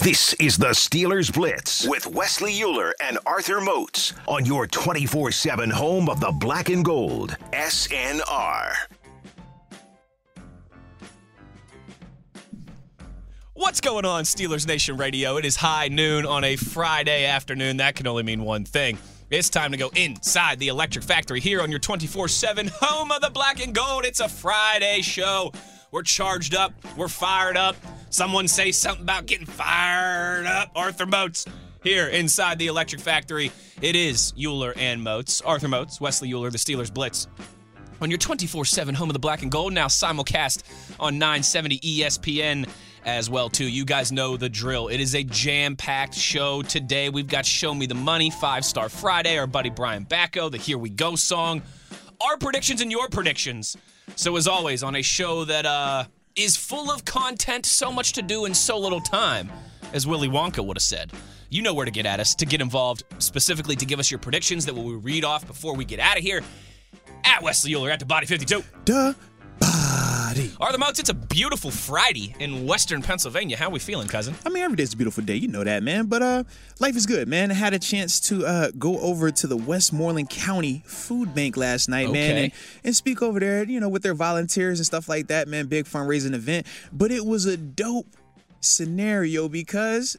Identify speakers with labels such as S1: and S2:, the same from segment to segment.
S1: This is the Steelers Blitz with Wesley Euler and Arthur Moats on your 24 7 home of the black and gold, SNR.
S2: What's going on, Steelers Nation Radio? It is high noon on a Friday afternoon. That can only mean one thing. It's time to go inside the electric factory here on your 24 7 home of the black and gold. It's a Friday show. We're charged up, we're fired up. Someone say something about getting fired up. Arthur Moats here inside the electric factory. It is Euler and Moats. Arthur Moats, Wesley Euler, the Steelers Blitz on your 24 7 home of the black and gold, now simulcast on E 970 ESPN as well too you guys know the drill it is a jam-packed show today we've got show me the money five star friday our buddy brian backo the here we go song our predictions and your predictions so as always on a show that uh is full of content so much to do in so little time as willy wonka would have said you know where to get at us to get involved specifically to give us your predictions that we will read off before we get out of here at Wesley Euler at the Body 52.
S3: Duh. Body.
S2: Are the Moats, it's a beautiful Friday in western Pennsylvania. How we feeling, cousin?
S3: I mean, every day's a beautiful day. You know that, man. But uh, life is good, man. I had a chance to uh, go over to the Westmoreland County Food Bank last night, man,
S2: Okay.
S3: and, and speak over there, you know, with their volunteers and stuff like that, man. Big fundraising event. But it was a dope scenario because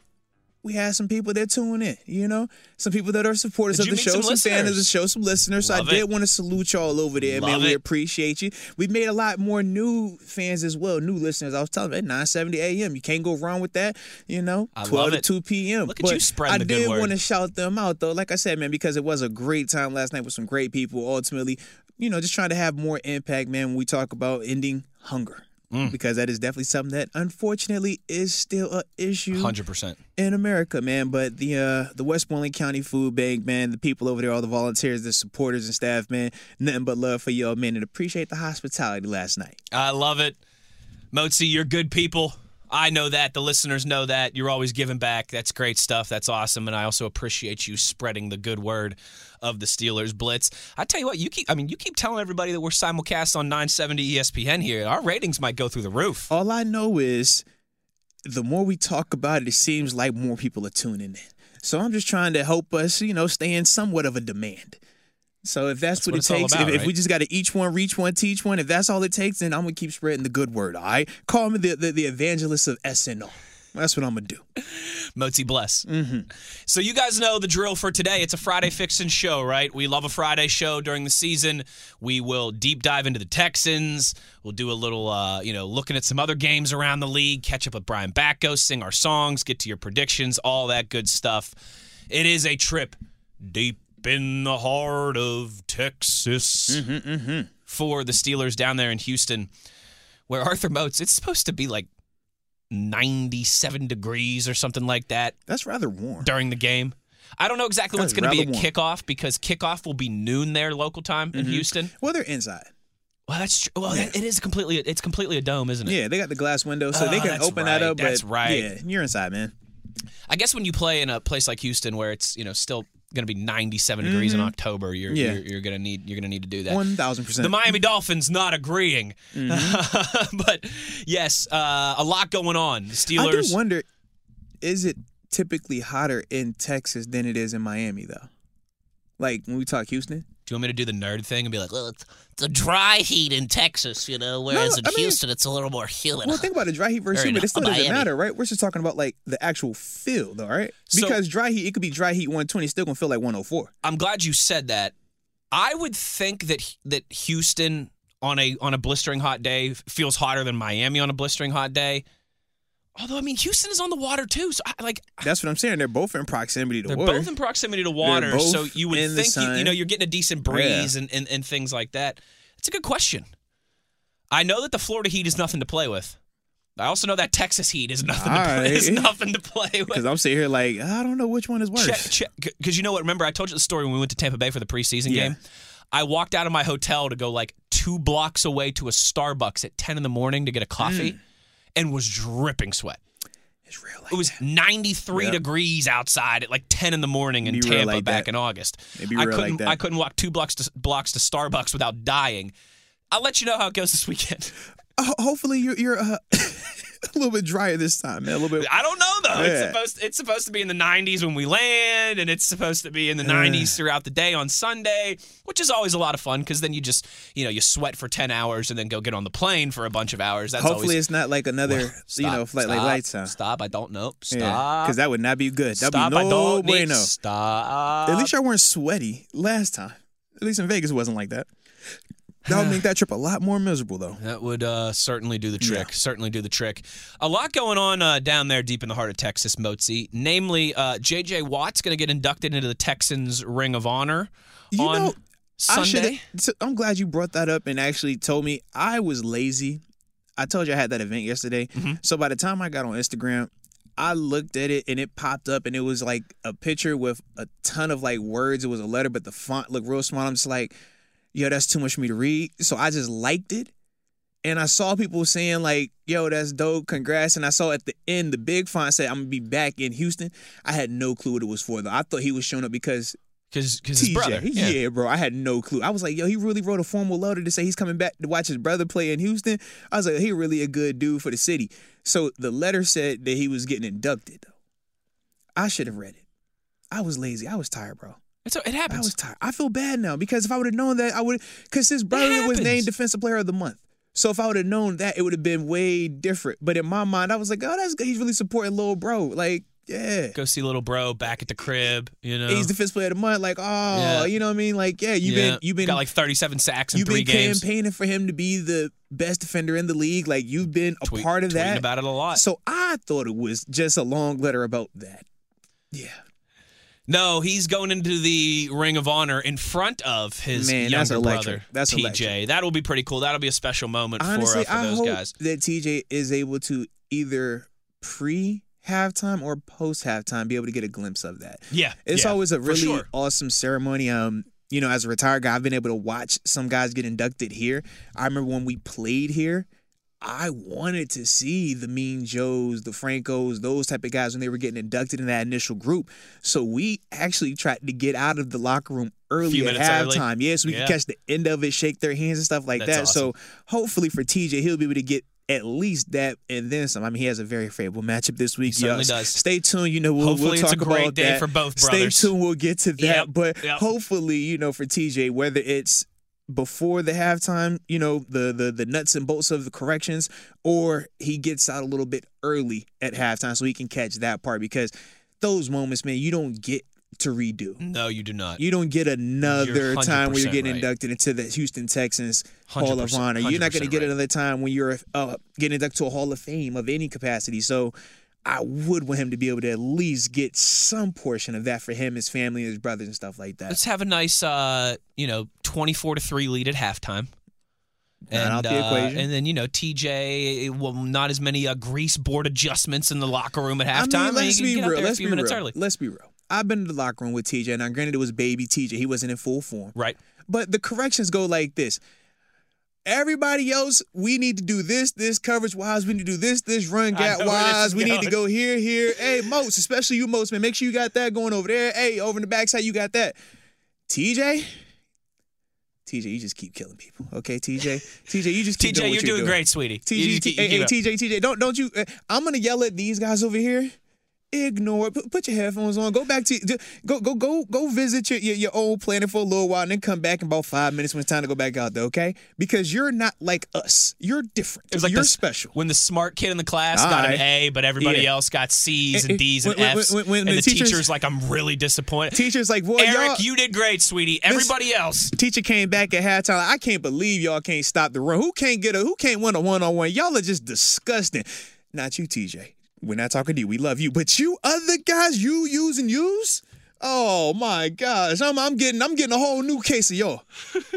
S3: we had some people that tune in, you know, some people that are supporters
S2: Did
S3: of
S2: you
S3: the
S2: meet
S3: show,
S2: some
S3: some fans of the
S2: listeners?
S3: show, some listeners.
S2: Love
S3: so I
S2: it.
S3: did want to salute y'all over there,
S2: Love
S3: man.
S2: it.
S3: We appreciate you. We made a lot more new fans as well, new listeners. I was telling them at 970 a.m. You can't go wrong with that, you know,
S2: I
S3: 12
S2: love
S3: to
S2: it.
S3: 2 p.m.
S2: Look at
S3: but
S2: you spreading
S3: I
S2: the good
S3: did
S2: word.
S3: want to shout them out, though. Like I said, man, because it was a great time last night with some great people. Ultimately, you know, just trying to have more impact, man, when we talk about ending hunger.
S2: Mm.
S3: Because that is definitely something that unfortunately is still a issue
S2: 100%.
S3: in America, man. But the uh, the Westmoreland County Food Bank, man, the people over there, all the volunteers, the supporters and staff, man, nothing but love for y'all, man, and appreciate the hospitality last night.
S2: I love it. Mozi, you're good people. I know that. The listeners know that. You're always giving back. That's great stuff. That's awesome. And I also appreciate you spreading the good word of the Steelers Blitz. I tell you what, you keep I mean, you keep telling everybody that we're simulcast on E 970 ESPN here. Our ratings might go through the roof.
S3: All I know is the more we talk about it, it seems like more people are tuning in. So I'm just trying to help us, you know, stay in somewhat of a demand. So if that's,
S2: what
S3: what,
S2: it's
S3: it
S2: all
S3: takes,
S2: about,
S3: if, if we
S2: right?
S3: just got to each one, reach one, teach one, if that's all it takes, then I'm gonna keep spreading the good word. All right, call me the the, the evangelist of SNR. That's what I'm gonna do.
S2: Mozi bless. Mm-hmm. So you guys know the drill for today. It's a Friday fixin' show, right? We love a Friday show during the season. We will deep dive into the Texans. We'll do a little, uh, you know, looking at some other games around the league. Catch up with Brian Backo, sing our songs, get to your predictions, all that good stuff. It is a trip deep in the heart of Texas for the Steelers down there in Houston, where Arthur Motes. It's supposed to be like 97 degrees or something like that
S3: That's rather warm.
S2: during the game. I don't know exactly when
S3: That's
S2: it's going to be a
S3: rather warm.
S2: kickoff because kickoff will be noon there local time in Houston.
S3: Well, they're inside.
S2: Mm-hmm. Well, that's true. Well, that, it is completely it's completely a dome, isn't it?
S3: Yeah, they got the glass window, so they
S2: Oh,
S3: can
S2: that's
S3: open that
S2: right,
S3: up.
S2: that's
S3: but
S2: right.
S3: Yeah, you're inside, man.
S2: I guess when you play in a place like Houston where it's you know still going to be 97 degrees in October, you're,
S3: Yeah.
S2: you're you're going to need you're going to need to do that.
S3: One thousand percent.
S2: the Miami Dolphins not agreeing, but yes, uh, a lot going on. The
S3: I do
S2: Steelers.
S3: wonder, is it typically hotter in Texas than it is in Miami, though? Like when we talk Houston.
S2: Do you want me to do the nerd thing and be like, well, it's, it's a dry heat in Texas, you know, whereas
S3: No,
S2: in
S3: I mean-
S2: Houston it's a little more humid.
S3: Well, think about the dry heat versus
S2: Or in
S3: humid. It still doesn't
S2: Miami.
S3: matter, right? We're just talking about like the actual feel, though, right?
S2: So-
S3: Because dry heat, it could be dry heat 120, still gonna feel like 104.
S2: I'm glad you said that. I would think that that Houston on a on a blistering hot day feels hotter than Miami on a blistering hot day. Although I mean, Houston is on the water too, so I, like
S3: That's what I'm saying. They're both in proximity to
S2: they're
S3: water.
S2: both in proximity to water,
S3: both
S2: so you would
S3: in the
S2: think you, you know
S3: sun.
S2: you're getting a decent breeze and, and and things like that. It's a good question. I know that the Florida heat is nothing to play with. I also know that Texas heat is nothing to play,
S3: Alright.
S2: is nothing to play with.
S3: Because I'm sitting here like I don't know which one is worse.
S2: Check, check. Because you know what? Remember, I told you the story when we went to Tampa Bay for the preseason
S3: Yeah.
S2: game. I walked out of my hotel to go like two blocks away to a Starbucks at 10 in the morning to get a coffee
S3: Mm.
S2: and was dripping sweat.
S3: It's real. Like
S2: It was 93
S3: Yep.
S2: degrees outside at like 10 in the morning in
S3: Be real
S2: Tampa
S3: like
S2: back
S3: that.
S2: in August.
S3: It be
S2: I
S3: real like
S2: couldn't
S3: that.
S2: I couldn't walk two blocks to blocks to Starbucks without dying. I'll let you know how it goes this weekend.
S3: Ho- hopefully you're you're uh, a little bit drier this time, man. A little bit.
S2: I don't know though. It's
S3: Yeah.
S2: supposed it's supposed to be in the 90s when we land, and it's supposed to be in the 90s throughout the day on Sunday, which is always a lot of fun because then you just you know you sweat for 10 hours and then go get on the plane for a bunch of hours. That's
S3: Hopefully
S2: always,
S3: it's not like another you
S2: Stop,
S3: know flight like
S2: stop,
S3: lights on.
S2: Stop! I don't know. Stop!
S3: because that would not be good. That'd
S2: stop!
S3: be
S2: I
S3: no
S2: don't need.
S3: bueno.
S2: Stop!
S3: At least y'all weren't sweaty last time. At least in Vegas it wasn't like that. That would make that trip a lot more miserable though.
S2: That would uh, certainly do the trick. Certainly do the trick. A lot going on uh, down there deep in the heart of Texas, Motzi. Namely, uh, J.J. Watt's going to get inducted into the Texans Ring of Honor
S3: You
S2: on
S3: know, I
S2: Sunday.
S3: shoulda- so I'm glad you brought that up and actually told me I was lazy. I told you I had that event yesterday. So by the time I got on Instagram, I looked at it and it popped up and it was like a picture with a ton of like words. It was a letter, but the font looked real small. I'm just like, yo, that's too much for me to read. So I just liked it. And I saw people saying like, yo, that's dope, congrats. And I saw at the end the big font said, I'm gonna be back in Houston. I had no clue what it was for though. I thought he was showing up because
S2: Because his brother.
S3: yeah. bro. I had no clue. I was like, yo, he really wrote a formal letter to say he's coming back to watch his brother play in Houston. I was like, he really a good dude for the city. So the letter said that he was getting inducted, though. I should have read it. I was lazy. I was tired, bro.
S2: It's, it
S3: I
S2: happens.
S3: was tired. I feel bad now because if I would have known that, I would because his brother was
S2: happens.
S3: named Defensive Player of the Month. So if I would have known that, it would have been way different. But in my mind, I was like, oh, that's good. He's really supporting little bro. Like, yeah
S2: Go see little bro back at the crib. You know,
S3: he's the fifth player of the month. Like, oh,
S2: Yeah.
S3: you know what I mean? Like, yeah, you've
S2: Yeah.
S3: been you've been
S2: got like 37 sacks in
S3: you've
S2: three
S3: been
S2: games.
S3: campaigning for him to be the best defender in the league. Like, you've been a
S2: Tweet-
S3: part of
S2: tweeting
S3: that.
S2: about it a lot.
S3: So I thought it was just a long letter about that. Yeah,
S2: No, he's going into the Ring of Honor in front of his
S3: Man,
S2: younger
S3: that's electric.
S2: brother,
S3: That's
S2: TJ.
S3: electric.
S2: That'll be pretty cool. That'll be a special moment
S3: honestly,
S2: for, uh,
S3: I
S2: for those
S3: hope
S2: guys.
S3: that TJ is able to either pre halftime or post halftime be able to get a glimpse of that.
S2: Yeah,
S3: It's
S2: yeah,
S3: always a
S2: for
S3: really
S2: sure.
S3: awesome ceremony. Um, you know, as a retired guy, I've been able to watch some guys get inducted here. I remember when we played here, I wanted to see the Mean Joes, the Francos, those type of guys when they were getting inducted in that initial group. So we actually tried to get out of the locker room early
S2: Few
S3: at
S2: minutes early.
S3: halftime. Yeah, so we
S2: Yeah.
S3: could catch the end of it, shake their hands and stuff like
S2: That's
S3: that. So hopefully for TJ, he'll be able to get at least that and then some. I mean, he has a very favorable matchup this week.
S2: certainly
S3: y'all.
S2: does.
S3: Stay tuned. You know, we'll, we'll
S2: Hopefully it's
S3: talk
S2: a great
S3: about
S2: day
S3: that.
S2: for both brothers.
S3: Stay tuned. We'll get to that.
S2: Yep,
S3: But
S2: yep.
S3: hopefully, you know, for TJ, whether it's before the halftime, you know, the, the the nuts and bolts of the corrections, or he gets out a little bit early at halftime so he can catch that part because those moments, man, you don't get to redo.
S2: No, you do not.
S3: You don't get another
S2: Uh, You're
S3: time where you're
S2: 100%
S3: getting
S2: right.
S3: inducted into the Houston Texans Hall of
S2: 100%,
S3: Honor. You're not going to
S2: 100%
S3: get
S2: right.
S3: another time when you're uh, getting inducted to a Hall of Fame of any capacity. So I would want him to be able to at least get some portion of that for him, his family, his brothers, and stuff like that.
S2: Let's have a nice, uh, you know, 24 to 3 lead at halftime.
S3: Not out the
S2: uh,
S3: equation.
S2: and then you know TJ, it- well, not as many uh, grease board adjustments in the locker room at halftime.
S3: I mean, let's
S2: you can
S3: be
S2: get out
S3: real.
S2: there
S3: Let's
S2: a few
S3: be
S2: minutes
S3: real.
S2: early,
S3: Let's be real. I've been to the locker room with TJ, and I granted it was baby TJ. He wasn't in full form.
S2: right?
S3: But the corrections go like this. Everybody else, we need to do this, this coverage wise. We need to do this, this run
S2: I
S3: gap
S2: know where this
S3: wise.
S2: is
S3: We need to go
S2: going.
S3: here, here. Hey, Moats, especially you, Moats, man. Make sure you got that going over there. Hey, over in the backside, you got that. TJ, TJ, you just keep killing people. Okay, TJ, TJ, you just keep
S2: TJ,
S3: doing what
S2: you're, doing
S3: you're doing
S2: great, sweetie.
S3: TJ,
S2: You just
S3: T-
S2: keep- you
S3: hey, hey,
S2: keep up.
S3: TJ, TJ, don't don't you? uh, I'm gonna yell at these guys over here. Ignore. it. Put, put your headphones on. Go back to d- go go go go visit your, your your old planet for a little while, and then come back in about five minutes when it's time to go back out there. Okay? Because you're not like us. You're different.
S2: It was like
S3: you're
S2: the-
S3: special.
S2: When the smart kid in the class got an
S3: Alright.
S2: A, but everybody
S3: Yeah.
S2: else got C's
S3: It-
S2: and
S3: it-
S2: D's and
S3: when- when-
S2: F's,
S3: when- when
S2: and
S3: the
S2: the
S3: teachers-
S2: teacher's like, "I'm really disappointed."
S3: Teacher's like, boy, y'all.
S2: Eric, you did great, sweetie. Everybody else,
S3: Teacher came back at halftime. like, I can't believe y'all can't stop the run. Who can't get a who can't win a one on one? Y'all are just disgusting. Not you, TJ. We're not talking to you. We love you. But you other guys, you use and use? Oh my gosh. I'm I'm getting I'm getting a whole new case of y'all.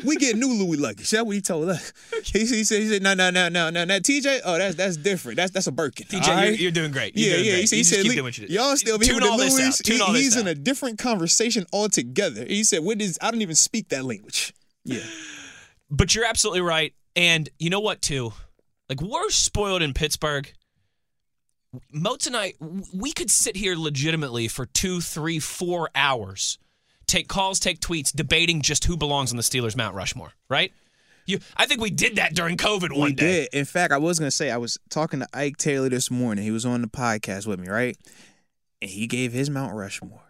S3: We get new Louis luggage. That's what he told us. He, he said, he said, no, no, no, no, no, no. TJ, oh, that's that's different. That's that's a Birkin.
S2: TJ,
S3: all
S2: you're,
S3: right?
S2: you're doing great. You're
S3: Yeah,
S2: doing
S3: yeah.
S2: great. you
S3: He said, he
S2: just
S3: said
S2: keep
S3: "Look,
S2: doing what you do.
S3: y'all still be here
S2: Tune
S3: with the
S2: all this
S3: Louis.
S2: out. Tune
S3: He-
S2: all this
S3: he's in
S2: out.
S3: a different conversation altogether. He said, "What is? I don't even speak that language." Yeah,
S2: But you're absolutely right. And you know what, too? Like, we're spoiled in Pittsburgh. Moats and I, w- we could sit here legitimately for two, three, four hours, take calls, take tweets, debating just who belongs on the Steelers' Mount Rushmore, right? You, I think we did that during COVID one
S3: we
S2: day.
S3: did. In fact, I was gonna say I was talking to Ike Taylor this morning. He was on the podcast with me, right? And he gave his Mount Rushmore.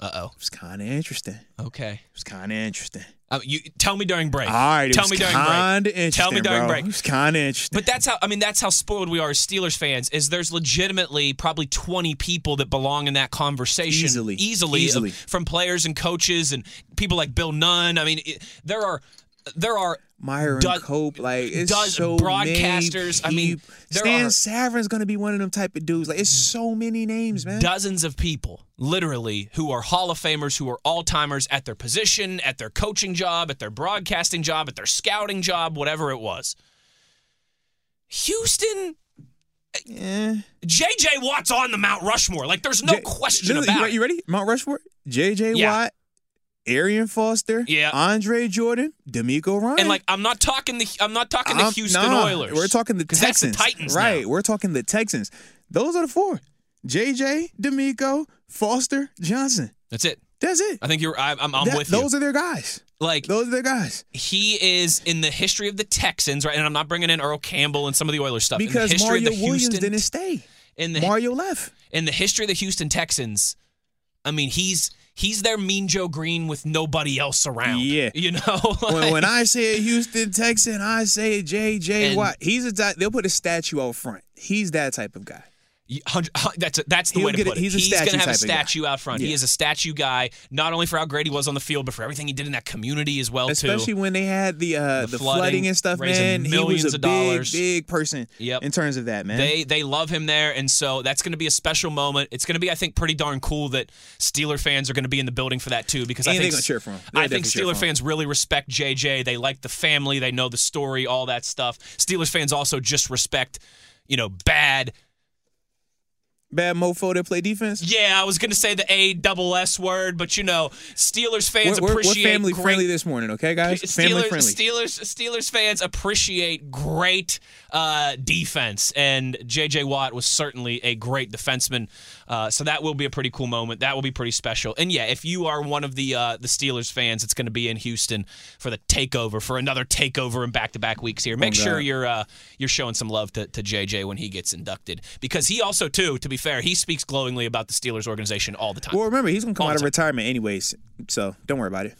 S2: Uh
S3: It was kind of interesting. It
S2: oh. Okay.
S3: was kind of interesting.
S2: Uh, you tell me during break.
S3: All right, it
S2: Tell
S3: was
S2: me during break.
S3: kinda Interesting,
S2: Tell me during
S3: bro.
S2: break.
S3: It was kind of interesting.
S2: But that's how I mean that's how spoiled we are as Steelers fans is there's legitimately probably 20 people that belong in that conversation
S3: Easily.
S2: easily, of-
S3: Easily.
S2: from players and coaches and people like Bill Nunn. I mean it, there are there are
S3: Myron
S2: Does-
S3: Cope, like it's
S2: does
S3: so
S2: broadcasters, I
S3: Many
S2: mean,
S3: peop-
S2: there
S3: Stan
S2: are-
S3: Saverin's gonna be one of them type of dudes. Like it's so many names, man.
S2: dozens of people literally who are Hall of Famers who are all-timers at their position, at their coaching job, at their broadcasting job, at their scouting job, whatever it was. Houston
S3: Yeah.
S2: JJ Watt's on the Mount Rushmore. Like there's no
S3: J-
S2: question
S3: listen,
S2: about
S3: you,
S2: it.
S3: you ready? Mount Rushmore, J.J.
S2: Yeah.
S3: Watt, Arian Foster,
S2: Yeah.
S3: Andre Jordan, D'Amico Ryan.
S2: And like, I'm not talking the I'm not talking the
S3: I'm-
S2: Houston
S3: nah,
S2: Oilers.
S3: We're talking the
S2: 'Cause that's the
S3: Texans.
S2: Titans now.
S3: Right. We're talking the Texans. Those are the four. J.J., D'Amico, Foster, Johnson.
S2: That's it.
S3: That's it.
S2: I think you're. I, I'm, I'm
S3: That-
S2: with
S3: those are their guys.
S2: you. Like
S3: Those are their guys.
S2: he is in the history of the Texans, right? And I'm not bringing in Earl Campbell and some of the Oilers stuff. in the
S3: Because
S2: history
S3: Mario
S2: of the
S3: Williams
S2: Houston,
S3: didn't stay.
S2: in the
S3: Mario left.
S2: in the history of the Houston Texans, I mean he's he's their Mean Joe Green with nobody else around.
S3: Yeah.
S2: you know.
S3: when,
S2: Like,
S3: when I say a Houston Texan, I say J.J.
S2: And-
S3: Watt. He's a di- they'll put a statue out front. He's that type of guy.
S2: You- hundred- hun- That's a, that's the
S3: He'll
S2: way to
S3: get a-
S2: put it.
S3: he's a
S2: going
S3: statue
S2: to have a
S3: type of guy.
S2: statue out front. He
S3: Yeah.
S2: is a statue guy, not only for how great he was on the field, but for everything he did in that community as well, too.
S3: Especially when they had the uh, the,
S2: The
S3: flooding,
S2: flooding,
S3: and stuff,
S2: raising
S3: man. He was
S2: millions
S3: a
S2: of
S3: big,
S2: dollars.
S3: big person
S2: Yep.
S3: in terms of that, man.
S2: They they love him there, and so that's going to be a special moment. It's going to be, I think, pretty darn cool that Steeler fans are going to be in the building for that too. Because
S3: And
S2: I
S3: they're
S2: think
S3: gonna cheer for him. They'll
S2: I think
S3: definitely cheer
S2: Steeler
S3: for him.
S2: fans really respect JJ. They like the family. They know the story, all that stuff. Steelers fans also just respect, you know, bad.
S3: Bad mofo that play defense.
S2: Yeah, I was going to say the A double S word, but you know, Steelers fans
S3: We're, we're- we're
S2: appreciate
S3: family
S2: great-
S3: friendly this morning, okay, guys? family
S2: Steelers,
S3: friendly.
S2: Steelers, Steelers fans appreciate great uh, defense, and J.J. Watt was certainly a great defenseman. Uh, so that will be a pretty cool moment. That will be pretty special. And yeah, if you are one of the uh, the Steelers fans, it's going to be in Houston for the takeover for another takeover in back to back weeks here. Make
S3: God.
S2: sure you're uh, you're showing some love to, to J.J. when he gets inducted because he also too, to be fair, he speaks glowingly about the Steelers organization all the time.
S3: well, remember, he's gonna come
S2: All
S3: out of
S2: the
S3: retirement anyways, so don't worry about it.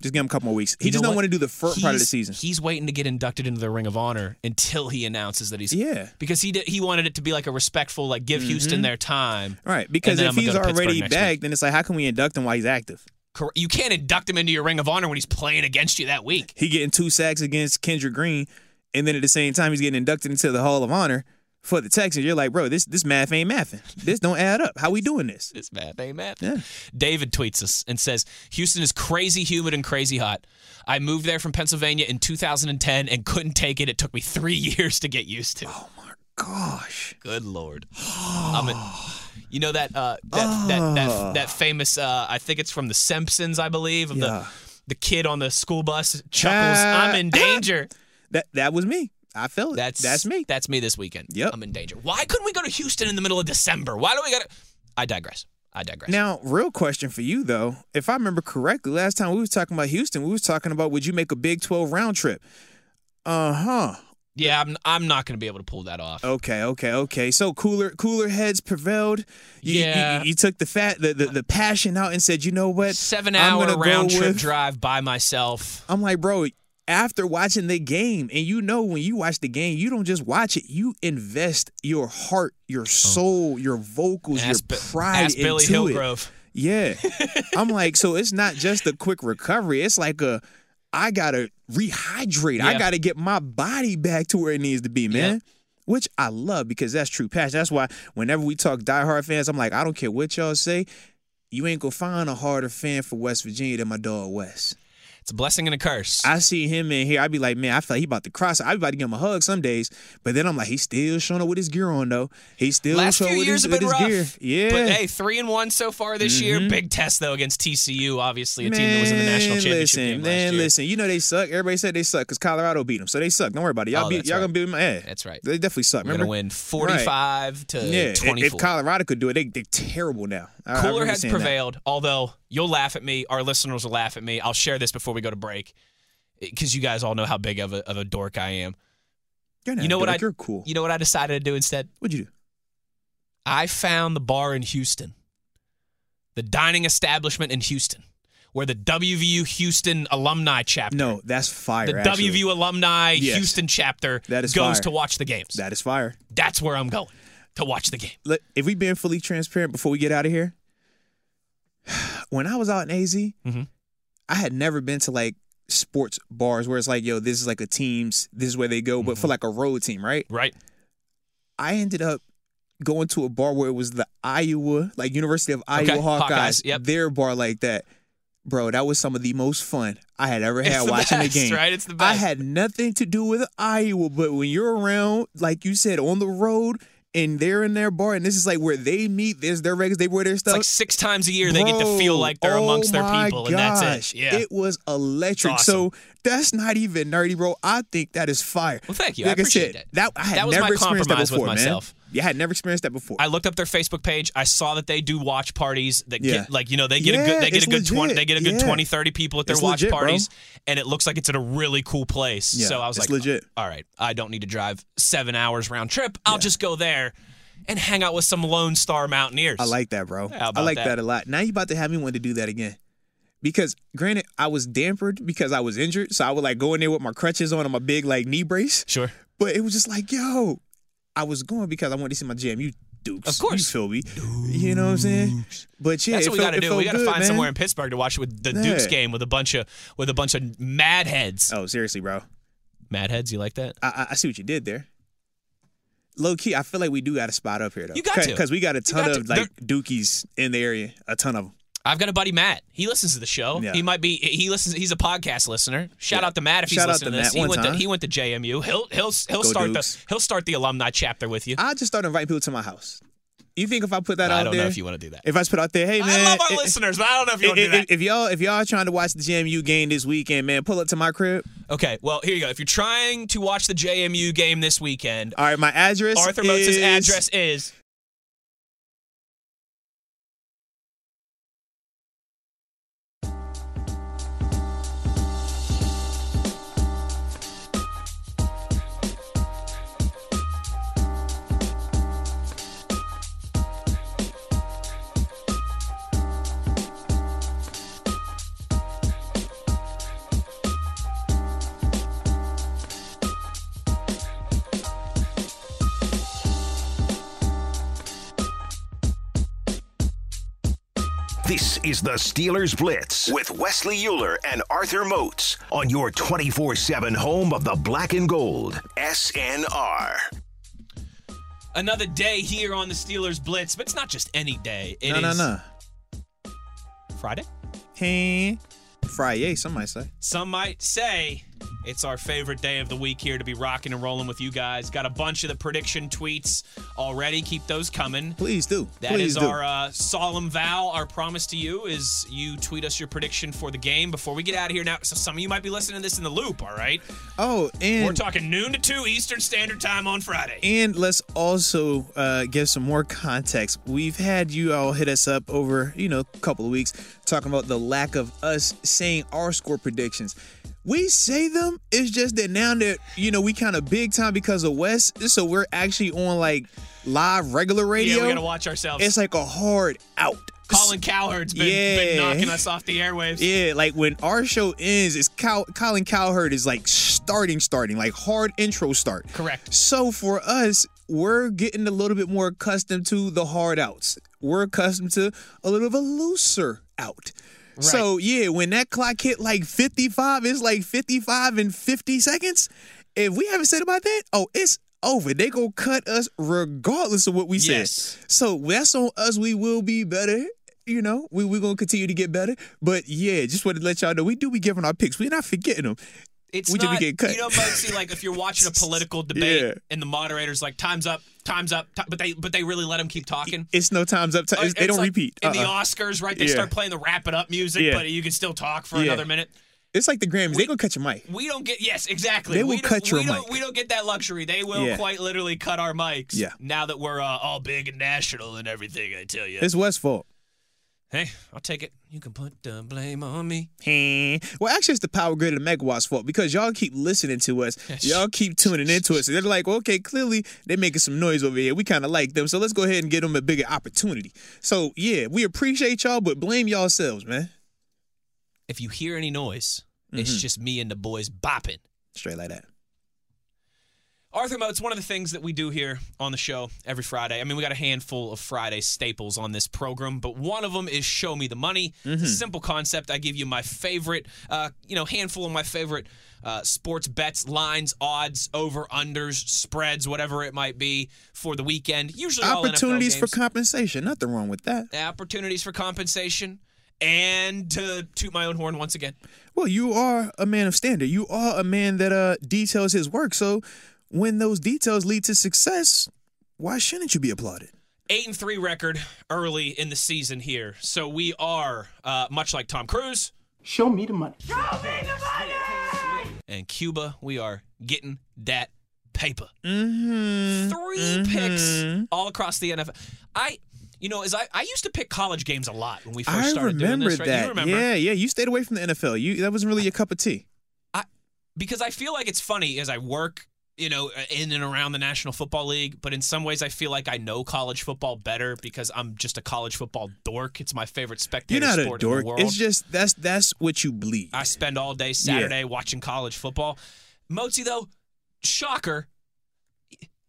S3: Just give him a couple more weeks. He
S2: You
S3: just
S2: know
S3: don't
S2: what?
S3: want to do the first part of the
S2: He's-
S3: season.
S2: He's waiting to get inducted into the Ring of Honor until he announces that he's
S3: Yeah. Mm-hmm.
S2: because he did, he wanted it to be like a respectful like give Houston their time.
S3: Right, because
S2: then
S3: if
S2: I'm gonna
S3: he's
S2: go to Pittsburgh
S3: already
S2: next week.
S3: back, then it's like, how can we induct him while he's active?
S2: Cor- You can't induct him into your Ring of Honor when he's playing against you that week.
S3: He getting two sacks against Kendra Green, and then at the same time he's getting inducted into the Hall of Honor. for the Texans, you're like, bro, this this math ain't mathing. This don't add up. How we doing this?
S2: It's math ain't math. David tweets us and says, Houston is crazy humid and crazy hot. I moved there from Pennsylvania in 2010 and couldn't take it. It took me three years to get used to.
S3: Gosh.
S2: Good lord. I'm a- you know that uh, that, that,
S3: Ah.
S2: that that famous uh, I think it's from the Simpsons, I believe, of
S3: Yeah.
S2: the the kid on the school bus chuckles,
S3: Ah.
S2: I'm in danger.
S3: That that was me. I felt it.
S2: That's
S3: That's that's me.
S2: That's me this weekend.
S3: Yep.
S2: I'm in danger. Why couldn't we go to Houston in the middle of December? Why do we gotta I digress. I digress.
S3: Now, real question for you though, if I remember correctly, last time we was talking about Houston, we was talking about would you make a Big 12 round trip? Uh-huh.
S2: yeah, I'm I'm not gonna be able to pull that off.
S3: Okay, okay, okay. So cooler cooler heads prevailed. You, you-
S2: Yeah.
S3: you, took the fat the, the the passion out and said, "You know what?
S2: Seven
S3: I'm
S2: hour
S3: gonna go
S2: round trip
S3: with-
S2: drive by myself.
S3: I'm like, "Bro, after watching the game, and you know when you watch the game, you don't just watch it. You invest your heart, your soul, your vocals,
S2: Oh. Ask, Bi-
S3: your pride
S2: ask Billy
S3: into it.
S2: Hillgrove.
S3: Yeah. I'm like, so it's not just a quick recovery. It's like a I gotta rehydrate.
S2: Yeah.
S3: I gotta get my body back to where it needs to be, man.
S2: Yeah.
S3: Which I love because that's true passion. That's why whenever we talk diehard fans, I'm like, I don't care what y'all say, you ain't gonna find a harder fan for West Virginia than my dog Wes.
S2: It's a blessing and a curse.
S3: I see him in here, I'd be like, man, I feel like he about to cross. I'd be about to give him a hug some days. But then I'm like, he's still showing up with his gear on though. He's still
S2: Last few
S3: showing with
S2: years
S3: his,
S2: have been
S3: with his
S2: rough.
S3: gear. Yeah. Mm-hmm.
S2: But hey, three and one so far this year. Big test though against TCU, obviously a team that was in the national
S3: Man,
S2: championship
S3: listen,
S2: game last
S3: man,
S2: year.
S3: listen, you know they suck. Everybody said they suck because Colorado beat them, so they suck. Don't worry about it. Y'all,
S2: Oh,
S3: beat,
S2: that's
S3: y'all
S2: right.
S3: gonna beat my ass.
S2: That's right.
S3: They definitely suck.
S2: We're
S3: Remember,
S2: gonna win forty-five to
S3: yeah. if- If
S2: twenty-four.
S3: Colorado could do it, they they're terrible now. I- I
S2: Cooler
S3: remember
S2: heads
S3: saying that.
S2: prevailed. Although you'll laugh at me, our listeners will laugh at me. I'll share this before we go to break because you guys all know how big of a, of a dork I am.
S3: You're not
S2: You know what
S3: good.
S2: I-
S3: You're cool.
S2: You know what I decided to do instead?
S3: What'd you do?
S2: I found the bar in Houston, the dining establishment in Houston, where the WVU Houston alumni chapter.
S3: No, that's fire.
S2: the
S3: actually.
S2: WVU alumni
S3: Yes.
S2: Houston chapter
S3: That is
S2: goes
S3: fire.
S2: to watch the games.
S3: That is fire.
S2: That's where I'm going to watch the game.
S3: Look, if we being fully transparent before we get out of here, when I was out in AZ,
S2: Mhm.
S3: I had never been to like sports bars where it's like, yo, this is like a team's, this is where they go, but for like a road team, right?
S2: Right.
S3: I ended up going to a bar where it was the Iowa, like University of Iowa
S2: Okay,
S3: Hawkeyes,
S2: Hawkeyes, yep.
S3: their bar like that. Bro, that was some of the most fun I had ever
S2: It's
S3: had
S2: the
S3: watching
S2: best,
S3: the game.
S2: right? It's the
S3: I
S2: best.
S3: had nothing to do with Iowa, but when you're around, like you said, on the road and they're in their bar, and this is like where they meet, there's their records, they wear their
S2: It's
S3: stuff.
S2: like six times a year they get to feel
S3: Bro,
S2: like they're
S3: oh
S2: amongst their
S3: my
S2: people, and that's
S3: gosh,
S2: it. Yeah.
S3: It was electric.
S2: It's awesome.
S3: So that's not even nerdy, bro. I think that is fire.
S2: Well, thank you. I
S3: Like
S2: appreciate
S3: said,
S2: that.
S3: that. I had
S2: That was
S3: never
S2: my
S3: experienced that
S2: compromise with
S3: before, man.
S2: myself.
S3: Yeah, I had never experienced that before.
S2: I looked up their Facebook page. I saw that they do watch parties that
S3: Yeah.
S2: get like you know they get a
S3: Yeah,
S2: good they get
S3: it's
S2: a good twenty
S3: legit.
S2: they get a good
S3: Yeah.
S2: twenty thirty 20 30 people at their
S3: It's
S2: watch
S3: legit, bro.
S2: parties and it looks like it's at a really cool place.
S3: Yeah,
S2: so I was like
S3: it's
S2: "Oh,
S3: legit.
S2: all right, I don't need to drive 7 hours round trip. I'll just go there and hang out with some Lone Star Mountaineers.
S3: I like that, bro.
S2: How
S3: I
S2: about
S3: like
S2: that?
S3: that? a lot. Now you about to have me want to do that again. Because granted, I was dampered because I was injured. So I would like go in there with my crutches on and my big like knee brace.
S2: Sure.
S3: But it was just like, yo, I was going because I wanted to see my JMU Dukes.
S2: Of course.
S3: You feel me? You know what I'm saying? But yeah,
S2: That's
S3: it
S2: what we
S3: felt-
S2: got to
S3: it
S2: do.
S3: felt
S2: We got to
S3: good,
S2: find
S3: man.
S2: somewhere in Pittsburgh to watch with the
S3: Yeah.
S2: Duke's game with a bunch of with a bunch of mad heads.
S3: Oh, seriously, bro.
S2: Mad heads, you like that?
S3: I, I, I see what you did there. Low key, I feel like we do got to spot up here though.
S2: You got to.
S3: because we got a ton
S2: got
S3: of
S2: to.
S3: like Dookies in the area, a ton of them.
S2: I've got a buddy Matt. He listens to the show.
S3: Yeah.
S2: He might be he listens he's a podcast listener. Shout
S3: Yeah.
S2: out to Matt if he's
S3: Shout out
S2: listening
S3: to
S2: to this.
S3: Matt
S2: He
S3: one
S2: went to
S3: time.
S2: he went to JMU. He'll he'll he'll
S3: Go
S2: start
S3: Dukes.
S2: the he'll start the alumni chapter with you.
S3: I just started inviting people to my house. You think if I put that
S2: I
S3: out
S2: don't
S3: there,
S2: know if you want to do that.
S3: if I just put out there, hey man,
S2: I love our
S3: i-
S2: listeners, but I don't know if you
S3: i-
S2: want to do
S3: i-
S2: that.
S3: if y'all if y'all trying to watch the JMU game this weekend, man, pull up to my crib.
S2: okay, well here you go. If you're trying to watch the JMU game this weekend,
S3: All right, my address.
S2: Arthur
S3: is,
S2: Motes' address is
S1: This is the Steelers Blitz with Wesley Euler and Arthur Moats on your 24 7 home of the black and gold, SNR.
S2: Another day here on the Steelers Blitz, but it's not just any day. It
S3: no,
S2: is
S3: no, no.
S2: Friday.
S3: Hey. Friday, some might say.
S2: Some might say it's our favorite day of the week here to be rocking and rolling with you guys. Got a bunch of the prediction tweets already. Keep those coming.
S3: Please do.
S2: That is
S3: Please do.
S2: our uh, solemn vow. Our promise to you is you tweet us your prediction for the game before we get out of here. Now, so some of you might be listening to this in the loop. All right,
S3: oh,
S2: we're
S3: and
S2: talking noon to two Eastern Standard Time on Friday.
S3: And let's also uh, give some more context. We've had you all hit us up over, you know, a couple of weeks talking about the lack of us saying our score predictions. We say them. It's just that now that you know we kind of big time because of West, so we're actually on like live regular radio.
S2: yeah, we gotta watch ourselves.
S3: it's like a hard out.
S2: Colin Cowherd's been, been
S3: Yeah.
S2: knocking us off the airwaves.
S3: Yeah, like when our show ends, it's Cow- Colin Cowherd is like starting, starting, like hard intro start.
S2: Correct.
S3: So for us, we're getting a little bit more accustomed to the hard outs. We're accustomed to a little of a looser out. So yeah, when that clock hit like 55, it's like 55 and 50 seconds. If we haven't said about that, oh, it's over. They gonna cut us regardless of what we
S2: Yes.
S3: said. So that's on us. We will be better. You know, we we gonna continue to get better. But yeah, just wanted to let y'all know we do be giving our picks. We're not forgetting them.
S2: It's
S3: We did- we
S2: not,
S3: get cut.
S2: You know, Bugsy, like if you're watching a political debate
S3: Yeah.
S2: and the moderator's like, "Time's up, time's up," ti- but they but they really let him keep talking.
S3: It's no times up. Time.
S2: It's-
S3: they
S2: Oh, it's
S3: don't
S2: like
S3: repeat.
S2: In the
S3: Uh-uh.
S2: Oscars, right? They
S3: Yeah.
S2: start playing the wrap it up music,
S3: Yeah.
S2: but you can still talk for
S3: Yeah.
S2: another minute.
S3: It's like the Grammys. they gonna catch your mic.
S2: We don't get yes, exactly.
S3: They
S2: we
S3: will
S2: don't-
S3: cut your
S2: we Don't,
S3: mic.
S2: we don't get that luxury. They will
S3: Yeah.
S2: quite literally cut our mics.
S3: Yeah.
S2: Now that we're uh, all big and national and everything, I tell you.
S3: It's West's fault.
S2: hey, I'll take it. You can put the blame on me.
S3: Heh. Well, actually, it's the power grid and megawatts fault because y'all keep listening to us. Y'all keep tuning into us. And they're like, okay, clearly they're making some noise over here. We kind of like them. So let's go ahead and get them a bigger opportunity. So, yeah, we appreciate y'all, but blame yourselves, man.
S2: If you hear any noise, it's
S3: Mm-hmm.
S2: just me and the boys bopping.
S3: Straight like that.
S2: Arthur Moats, one of the things that we do here on the show every Friday. I mean, we got a handful of Friday staples on this program, but one of them is "Show Me the Money."
S3: Mm-hmm.
S2: It's a Simple concept. I give you my favorite, uh, you know, handful of my favorite uh, sports bets, lines, odds, over unders, spreads, whatever it might be for the weekend. Usually, all NFL
S3: Opportunities for
S2: games
S3: compensation. Nothing wrong with that.
S2: opportunities for compensation, and to toot my own horn once again.
S3: Well, you are a man of standard. You are a man that uh details his work. So when those details lead to success, why shouldn't you be applauded?
S2: eight and three record early in the season here. So we are uh, much like Tom Cruise. Show me the money. Show me the money. And Cuba, we are getting that paper.
S3: Mm-hmm.
S2: 3 picks all across the NFL. I, you know, as I, I used to pick college games a lot when we first
S3: I
S2: started doing
S3: remember
S2: this. Right?
S3: that.
S2: You remember?
S3: Yeah, yeah. You stayed away from the NFL. You that wasn't really your cup of tea.
S2: because I feel like it's funny as I work, you know, in and around the National Football League, but in some ways I feel like I know college football better because I'm just a college football dork. It's my favorite spectator
S3: You're not a
S2: sport in
S3: dork.
S2: the world.
S3: It's just that's that's what you bleed.
S2: I spend all day Saturday watching college football. Mozi though, shocker,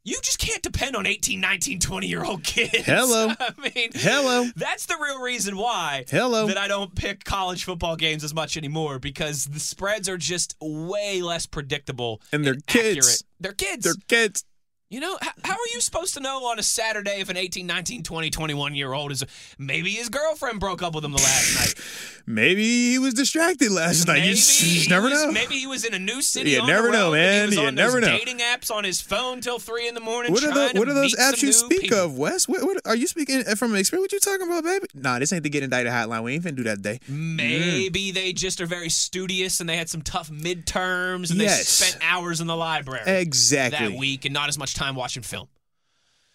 S2: you just can't depend on 18, 19, 20 year old kids.
S3: Hello.
S2: I mean,
S3: Hello.
S2: that's the real reason why
S3: Hello.
S2: that I don't pick college football games as much anymore because the spreads are just way less predictable
S3: And they're
S2: accurate.
S3: kids.
S2: They're kids.
S3: They're kids.
S2: you know, h- how are you supposed to know on a Saturday if an 18, 19, 20, 21 year old is maybe his girlfriend broke up with him the last night?
S3: Maybe he was distracted last night. You just, you
S2: he
S3: just never
S2: was-
S3: know.
S2: Maybe he was in a new city.
S3: You
S2: on the
S3: never know,
S2: road, and
S3: man.
S2: He was
S3: You
S2: on
S3: never
S2: those
S3: know.
S2: Dating apps on his phone till three in the morning.
S3: What are,
S2: trying
S3: the,
S2: to
S3: what are those
S2: meet
S3: apps
S2: some new
S3: you speak
S2: people.
S3: of, Wes? What, what are you speaking uh, from experience? What you talking about, baby? Nah, this ain't the get indicted hotline. We ain't finna do that today.
S2: Maybe they just are very studious and they had some tough midterms and
S3: Yes.
S2: they spent hours in the library
S3: Exactly.
S2: that week and not as much time watching film.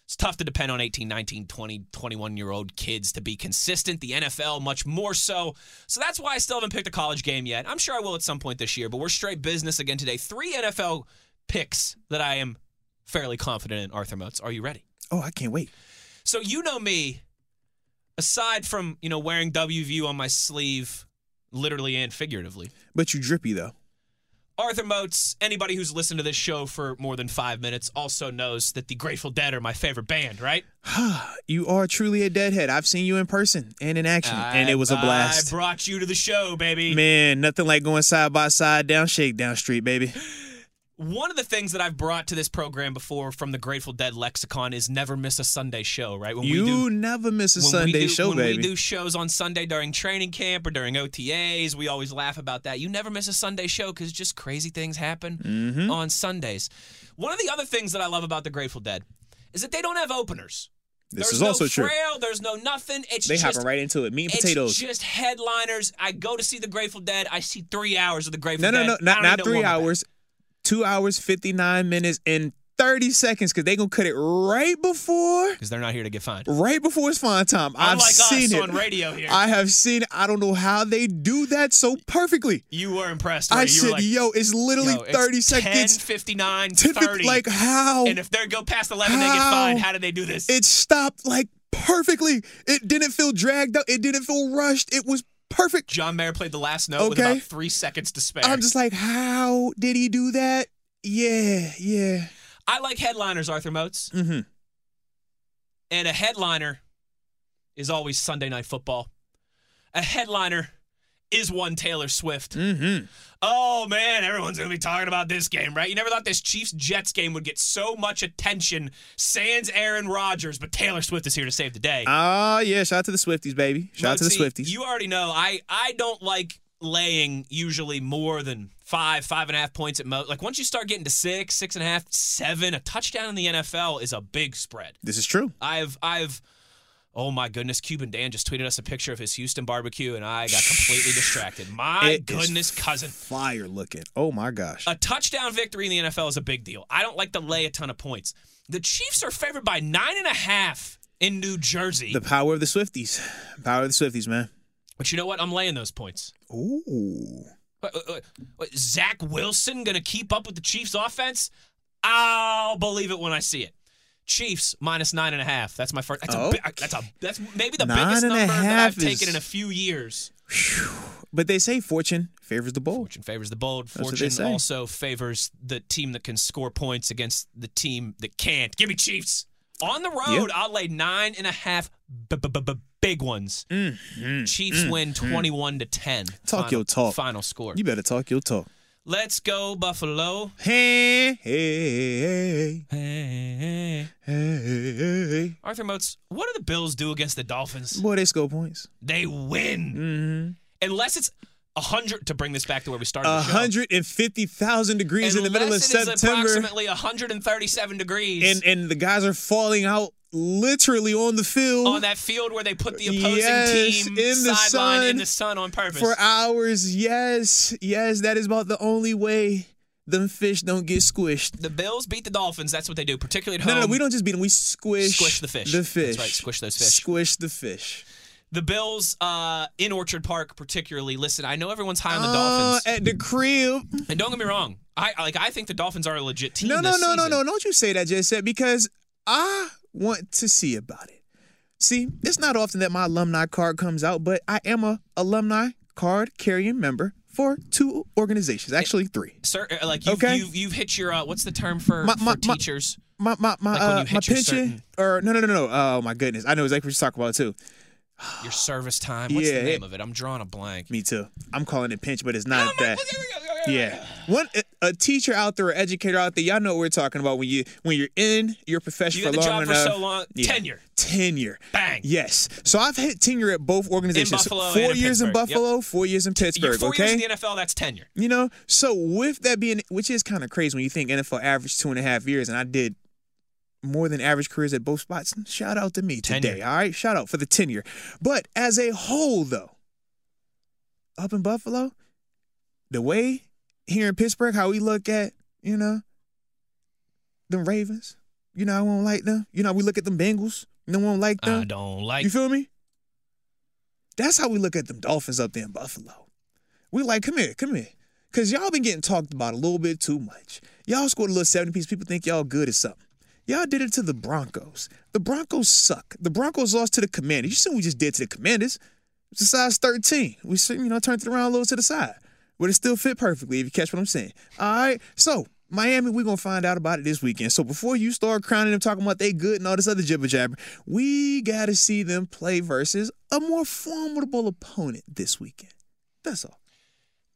S2: It's tough to depend on 18, 19, 20, 21 year old kids to be consistent. The NFL, much more so. So that's why I still haven't picked a college game yet. I'm sure I will at some point this year, but we're straight business again today. Three NFL picks that I am fairly confident in, Arthur Motes. Are you ready?
S3: Oh, I can't wait.
S2: So you know me, aside from, you know, wearing WVU on my sleeve, literally and figuratively.
S3: But you drippy though.
S2: Arthur Motes, anybody who's listened to this show for more than five minutes also knows that the Grateful Dead are my favorite band, right?
S3: You are truly a deadhead. I've seen you in person and in action, and it was a
S2: I-
S3: blast.
S2: I brought you to the show, baby.
S3: Man, nothing like going side by side down Shakedown Street, baby.
S2: One of the things that I've brought to this program before from the Grateful Dead lexicon is never miss a Sunday show, right? When
S3: you
S2: we do
S3: never miss a
S2: when
S3: Sunday
S2: we do,
S3: show,
S2: when
S3: baby.
S2: we do shows on Sunday during training camp or during OTAs, we always laugh about that. You never miss a Sunday show because just crazy things happen
S3: Mm-hmm.
S2: on Sundays. One of the other things that I love about the Grateful Dead is that they don't have openers.
S3: this
S2: there's
S3: is
S2: no
S3: also true.
S2: frail, There's no nothing. It's
S3: They
S2: just
S3: hopping right into it. Meat and
S2: it's
S3: potatoes.
S2: just headliners. I go to see the Grateful Dead. I see three hours of the Grateful
S3: no,
S2: Dead.
S3: no, no,
S2: I don't
S3: not,
S2: even
S3: not
S2: know
S3: three
S2: warm up.
S3: hours. Two hours, fifty nine minutes, and thirty seconds, because they gonna cut it right before,
S2: because they're not here to get fined.
S3: right before it's fine time. I've
S2: Unlike
S3: seen
S2: us
S3: it
S2: on radio here.
S3: I have seen. it. I don't know how they do that so perfectly.
S2: you were impressed.
S3: I
S2: right? you were
S3: said,
S2: like,
S3: "Yo, it's literally
S2: Yo, it's
S3: thirty seconds."
S2: 10, 59,
S3: Typically,
S2: 30.
S3: like how
S2: and if they go past 11, they get
S3: How?
S2: fined. How do they do this?
S3: it stopped like perfectly. It didn't feel dragged out. It didn't feel rushed. It was perfect.
S2: John Mayer played the last note with
S3: Okay.
S2: about three seconds to spare.
S3: I'm just like, how did he do that? Yeah, yeah.
S2: I like headliners, Arthur Motes.
S3: Mm-hmm.
S2: And a headliner is always Sunday Night Football. A headliner is one Taylor Swift.
S3: Mm-hmm.
S2: Oh, man, everyone's going to be talking about this game, right? You never thought this Chiefs Jets game would get so much attention. Sans Aaron Rodgers, but Taylor Swift is here to save the day.
S3: Ah, yeah. Shout out to the Swifties, baby. Shout out to the
S2: Motsy,
S3: Swifties.
S2: You already know I I don't like laying usually more than five, five and a half points at most. Like once you start getting to six, six and a half, seven, a touchdown in the NFL is a big spread.
S3: this is true.
S2: I've I've oh my goodness, Cuban Dan just tweeted us a picture of his Houston barbecue and I got completely distracted. My
S3: It is
S2: goodness, cousin. Uh,
S3: Fire looking. Oh my gosh.
S2: A touchdown victory in the NFL is a big deal. I don't like to lay a ton of points. The Chiefs are favored by nine and a half in New Jersey.
S3: the power of the Swifties. Power of the Swifties, man.
S2: but you know what? I'm laying those points.
S3: Ooh.
S2: What, what- what- what, Zach Wilson going to keep up with the Chiefs offense? I'll believe it when I see it. Chiefs minus nine and a half. That's my first. That's, a, bi-
S3: Okay.
S2: that's a that's maybe the
S3: Nine
S2: biggest
S3: and a
S2: number that I've
S3: half is-
S2: taken in a few years.
S3: But they say fortune favors the bold.
S2: Fortune favors the bold.
S3: what they
S2: Fortune
S3: say.
S2: also favors the team that can score points against the team that can't. Give me Chiefs on the road. I'll lay nine and a half b- b- b- b- big ones. Chiefs win twenty-one to ten.
S3: Mm-hmm. Talk
S2: final,
S3: your talk.
S2: Final score.
S3: You better talk your talk.
S2: Let's go Buffalo.
S3: Hey, hey, hey,
S2: Hey.
S3: hey, hey.
S2: Arthur Motes, what do the Bills do against the Dolphins?
S3: Boy, they score points.
S2: They win.
S3: Mm-hmm.
S2: Unless it's 100, to bring this back to where we started the show.
S3: 150,000 degrees
S2: Unless
S3: in the middle of
S2: it is
S3: September.
S2: approximately 137 degrees
S3: And, and the guys are falling out literally on the field
S2: on that field where they put the opposing
S3: Yes,
S2: team
S3: in the
S2: sideline in
S3: sun
S2: the sun on purpose.
S3: for hours. Yes, yes, that is about the only way them fish don't get squished.
S2: the Bills beat the Dolphins. That's what they do, particularly at
S3: No,
S2: home.
S3: no, no, we don't just beat them. We squish,
S2: Squish the fish.
S3: The
S2: That's
S3: fish.
S2: right, squish those fish.
S3: Squish the fish.
S2: The Bills uh, in Orchard Park, particularly. Listen, I know everyone's high on the
S3: Uh,
S2: Dolphins,
S3: At the crib.
S2: and don't get me wrong. I like. I think the Dolphins are a legit team.
S3: No, no,
S2: this
S3: no, no,
S2: season.
S3: no. Don't you say that, Jay said, because I want to see about it. See, it's not often that my alumni card comes out, but I am a alumni card carrying member for two organizations, actually three.
S2: Sir, uh, like you've,
S3: Okay.
S2: you've you've hit your uh, what's the term for,
S3: My- my-
S2: for
S3: my-
S2: teachers?
S3: My my my
S2: Like when you
S3: uh,
S2: hit
S3: my
S2: your
S3: pension or no no no no. Oh my goodness, I know exactly what you're talking about too.
S2: Your service time. What's
S3: Yeah,
S2: the
S3: it-
S2: name of it? I'm drawing a blank. Oh,
S3: Me too. I'm calling it pinch, but it's not that. Yeah. One a, a teacher out there, an educator out there, y'all know what we're talking about when you when you're in your profession
S2: You
S3: for
S2: had the job
S3: long
S2: for
S3: enough.
S2: so long.
S3: Yeah.
S2: Tenure.
S3: Tenure.
S2: Bang.
S3: Yes. So I've hit tenure at both organizations.
S2: Buffalo
S3: four
S2: and in
S3: years in
S2: Pittsburgh.
S3: Buffalo, four years in
S2: You're
S3: Pittsburgh.
S2: four
S3: okay.
S2: years in the NFL. That's tenure.
S3: you know, so with that being, which is kind of crazy when you think NFL average two and a half years, and I did more than average careers at both spots. Shout out to me today.
S2: Tenure.
S3: All right. Shout out for the tenure. But as a whole, though, up in Buffalo, the way here in Pittsburgh, how we look at, you know, them Ravens, you know, I won't like them. You know, we look at them Bengals, no one like them.
S2: I don't like.
S3: You feel me? That's how we look at them Dolphins up there in Buffalo. We like, come here, come here. Cause y'all been getting talked about a little bit too much. Y'all scored a little 70 piece. People think y'all good or something. Y'all did it to the Broncos. The Broncos suck. The Broncos lost to the Commanders. You see what we just did to the Commanders. It's a size 13. We s- you know turned it around a little to the side. But it still fit perfectly if you catch what I'm saying. All right. So Miami, we're gonna find out about it this weekend. So before you start crowning them talking about they good and all this other jibber jabber, we gotta see them play versus a more formidable opponent this weekend. That's all.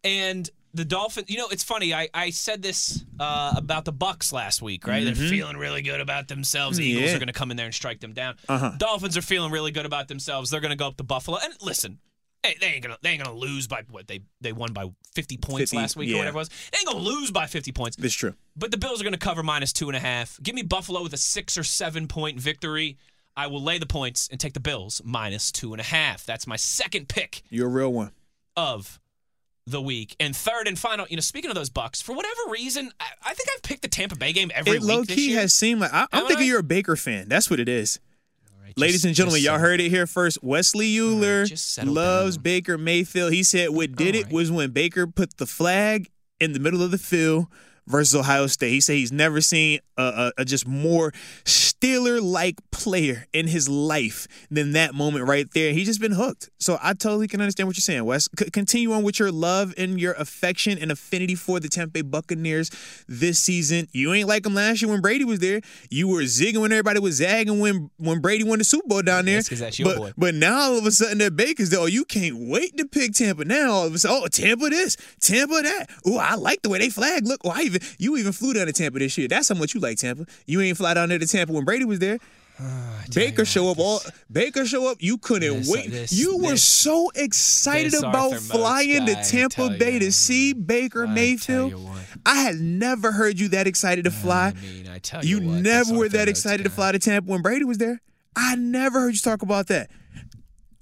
S2: And the Dolphins. You know, it's funny. I, I said this uh, about the Bucks last week, right? They're feeling really good about themselves. The Eagles
S3: Mm-hmm. Yeah. Uh-huh.
S2: are going to come in there and strike them down. Dolphins are feeling really good about themselves. They're going to go up to Buffalo. And listen, hey, they ain't gonna they ain't gonna lose by what they they won by fifty points
S3: 50,
S2: last week or
S3: yeah.
S2: whatever it was. They ain't gonna lose by fifty points.
S3: It's true.
S2: But the Bills are going to cover minus two and a half. Give me Buffalo with a six or seven point victory. I will lay the points and take the Bills minus two and a half. That's my second pick
S3: You're a real one.
S2: of the week. And third and final, you know, speaking of those Bucks, for whatever reason, I, I think I've picked the Tampa Bay game every
S3: it
S2: week
S3: low
S2: this
S3: key
S2: year.
S3: has seemed like I,
S2: Am
S3: I'm
S2: I
S3: thinking
S2: right?
S3: you're a Baker fan. That's what it is.
S2: All right,
S3: Ladies
S2: just-
S3: and gentlemen,
S2: just
S3: y'all
S2: settle
S3: heard it here first. Wesley Euler
S2: just settle
S3: loves
S2: down.
S3: Baker Mayfield. He said what did
S2: All
S3: it
S2: right.
S3: was when Baker put the flag in the middle of the field versus Ohio State. He said he's never seen a, a, a just more Steeler like player in his life than that moment right there. He's just been hooked. So I totally can understand what you're saying, Wes. C- continue on with your love and your affection and affinity for the Tampa Bay Buccaneers this season. You ain't like them last year when Brady was there. You were zigging when everybody was zagging when, when Brady won the Super Bowl down there.
S2: That's 'cause that's your
S3: but,
S2: boy.
S3: but now all of a sudden that Baker's there. Oh, you can't wait to pick Tampa. Now all of a sudden, oh Tampa this, Tampa that. Oh, I like the way they flag. Look, oh, I even you even flew down to Tampa this year. That's how much you like Tampa. You ain't fly down there to Tampa when Brady was there. Baker show up all Baker show up. You couldn't
S2: This-
S3: wait.
S2: this-
S3: you were
S2: this-
S3: so excited
S2: this
S3: about
S2: Arthur Motes
S3: flying
S2: guy, I
S3: to Tampa
S2: tell
S3: Bay
S2: you.
S3: to see Baker
S2: tell
S3: Mayfield.
S2: you what.
S3: I had never heard you that excited to fly.
S2: I mean, I tell
S3: You
S2: you, what, this
S3: never were
S2: Arthur
S3: that
S2: Motes
S3: excited to
S2: guy.
S3: fly to Tampa when Brady was there. I never heard you talk about that.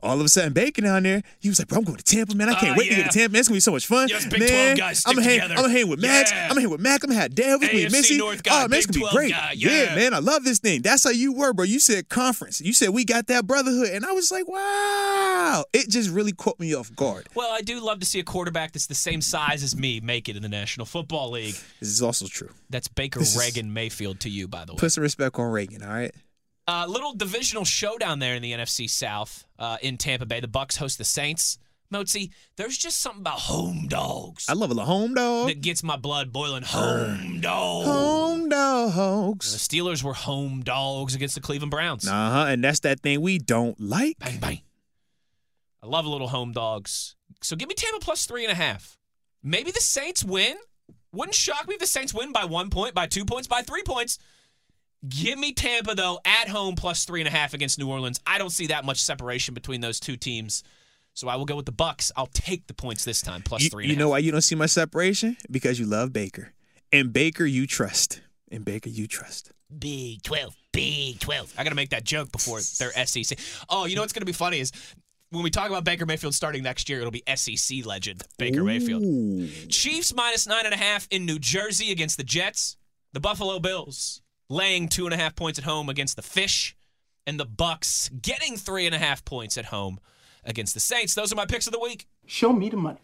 S3: All of a sudden, Bacon down there, he was like, bro, I'm going to Tampa, man. I can't
S2: Oh,
S3: wait to
S2: yeah.
S3: get to Tampa. Man. It's going to be so much fun.
S2: Yes, Big
S3: man,
S2: 12 guys stick
S3: I'm hang,
S2: together.
S3: I'm going to hang with Max.
S2: Yeah.
S3: I'm going to hang with Mac. I'm going to have Dev. It's going to be
S2: AFC
S3: Missy.
S2: North guy,
S3: oh, man, it's
S2: Big
S3: going
S2: 12
S3: to be great.
S2: guy, yeah.
S3: man, I love this thing. That's how you were, bro. You said conference. You said we got that brotherhood. And I was like, wow. It just really caught me off guard.
S2: Well, I do love to see a quarterback that's the same size as me make it in the National Football League.
S3: This is also true.
S2: That's Baker
S3: This is-
S2: Reagan Mayfield to you, by the way.
S3: Put some respect on Reagan, all right?
S2: Uh, little divisional showdown there in the NFC South uh, in Tampa Bay. The Bucks host the Saints. Mozi, there's just something about home dogs
S3: I love a little home dog.
S2: that gets my blood boiling. Home dogs.
S3: Home dogs.
S2: The Steelers were home dogs against the Cleveland Browns.
S3: Uh huh. And that's that thing we don't like.
S2: Bang bang. I love little home dogs. So give me Tampa plus three and a half. Maybe the Saints win. Wouldn't shock me if the Saints win by one point, by two points, by three points. Give me Tampa though at home plus three and a half against New Orleans. I don't see that much separation between those two teams, so I will go with the Bucks. I'll take the points this time plus
S3: You,
S2: three. and
S3: you
S2: a
S3: know
S2: half.
S3: why you don't see my separation? Because you love Baker. And Baker, you trust. And Baker, you trust.
S2: Big Twelve, Big Twelve. I gotta make that joke before they're SEC. Oh, you know what's gonna be funny is when we talk about Baker Mayfield starting next year, it'll be SEC legend Baker Mayfield.
S3: Ooh.
S2: Chiefs minus nine and a half in New Jersey against the Jets. The Buffalo Bills laying two and a half points at home against the Fish, and the Bucks getting three and a half points at home against the Saints. Those are my picks of the week.
S4: Show me the money.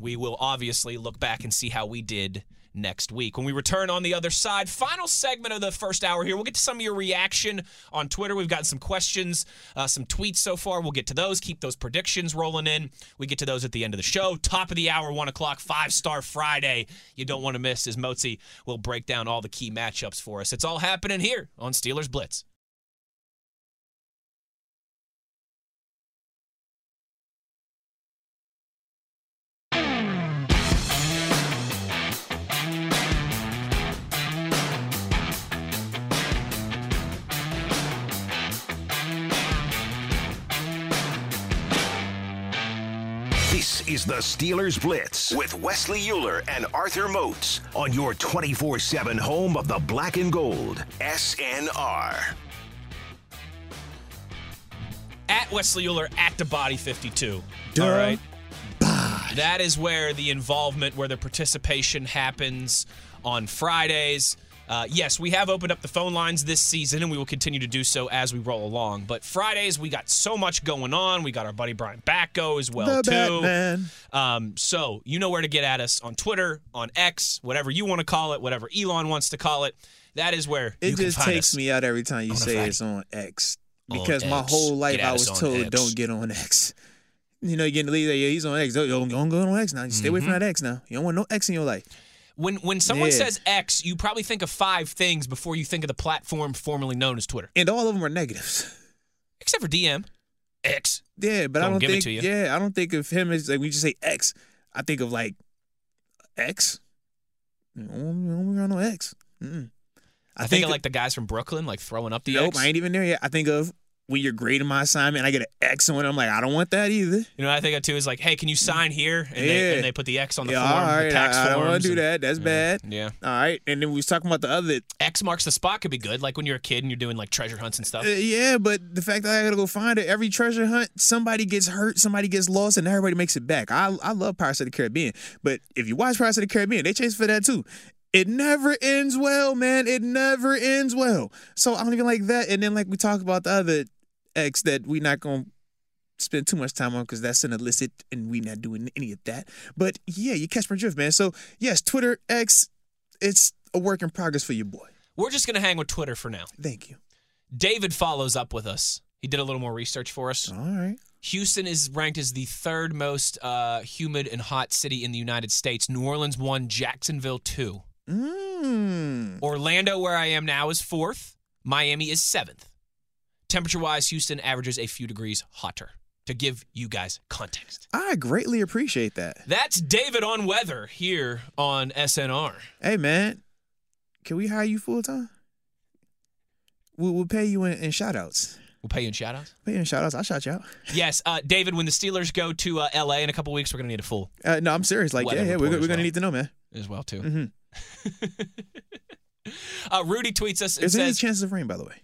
S2: We will obviously look back and see how we did next week. When we return on the other side, final segment of the first hour here, we'll get to some of your reaction on Twitter. We've gotten some questions, uh, some tweets so far. We'll get to those, keep those predictions rolling in. We get to those at the end of the show. Top of the hour, 1 o'clock, five star Friday. You don't want to miss as Mozi will break down all the key matchups for us. It's all happening here on Steelers Blitz.
S1: This is the Steelers Blitz with Wesley Euler and Arthur Moats on your 24 7 home of the black and gold, SNR.
S2: At Wesley Euler, at the Body 52.
S3: Duh.
S2: All right. That is where the involvement, where the participation happens on Fridays. Uh, yes, we have opened up the phone lines this season, and we will continue to do so as we roll along. But Fridays, we got so much going on. We got our buddy Brian Backo as well
S3: The
S2: too.
S3: Batman.
S2: Um, so you know where to get at us on Twitter, on X, whatever you want to call it, whatever Elon wants to call it. That is where
S3: It
S2: you can
S3: just
S2: find
S3: takes
S2: us.
S3: me out every time you
S2: on a
S3: say
S2: Friday.
S3: it's on X.
S2: On
S3: Because my
S2: X.
S3: whole life
S2: Get at
S3: I
S2: us
S3: was
S2: on
S3: told
S2: X.
S3: don't get on X. You know, you get in the lead, like, yeah, he's on X. Don't, don't, don't go on X now. You
S2: Mm-hmm.
S3: stay away from that X now. You don't want no X in your life.
S2: When when someone
S3: Yeah.
S2: says X, you probably think of five things before you think of the platform formerly known as Twitter,
S3: And all of them are negatives.
S2: except for DM. X.
S3: Yeah, but
S2: Don't
S3: I don't
S2: give it
S3: think.
S2: to you.
S3: Yeah, I don't think of him as like we just say X. I think of like X. I don't got no X. Mm-mm.
S2: I, think, of like the guys from Brooklyn, like throwing up the
S3: nope,
S2: X.
S3: I ain't even there yet. I think of when you're grading my assignment, I get an X on it. I'm like, I don't want that either.
S2: You know what I think of too is like, hey, can you sign here? And, they,
S3: Yeah.
S2: and they put the X on the
S3: yeah,
S2: form,
S3: all right.
S2: the tax
S3: I, I don't want
S2: forms
S3: to do
S2: and-
S3: that. That's bad.
S2: Yeah.
S3: All right. And then we was talking about the other.
S2: X marks the spot could be good, like when you're a kid and you're doing like treasure hunts and stuff.
S3: Uh, yeah, but the fact that I gotta go find it every treasure hunt, somebody gets hurt, somebody gets lost, and everybody makes it back. I I love Pirates of the Caribbean, but if you watch Pirates of the Caribbean, they chase for that too. It never ends well, man. It never ends well. So I don't even like that. And then like we talk about the other X that we not gonna spend too much time on because that's an illicit and we not doing any of that. But yeah, you catch my drift, man. So yes, Twitter X, it's a work in progress for your boy.
S2: We're just gonna hang with Twitter for now.
S3: Thank you.
S2: David follows up with us. He did a little more research for us.
S3: All right.
S2: Houston is ranked as the third most uh, humid and hot city in the United States. New Orleans one, Jacksonville two.
S3: Mm.
S2: Orlando, where I am now, is fourth. Miami is seventh. Temperature wise, Houston averages a few degrees hotter. To give you guys context,
S3: I greatly appreciate that.
S2: that's David on weather here on SNR.
S3: Hey, man, can we hire you full time? We, we'll pay you in, in shout outs.
S2: We'll pay you in shout outs.
S3: Pay you in shout outs. I'll shout you out.
S2: Yes, uh, David, when the Steelers go to uh, LA in a couple weeks, we're going to need a full
S3: Uh, no, I'm serious. Like,
S2: Weather
S3: yeah, yeah, we're,
S2: report as
S3: we're going
S2: well.
S3: to need to know, man.
S2: as well, too.
S3: hmm
S2: Uh, Rudy tweets us and
S3: Is there any
S2: says,
S3: chances of rain, by the way?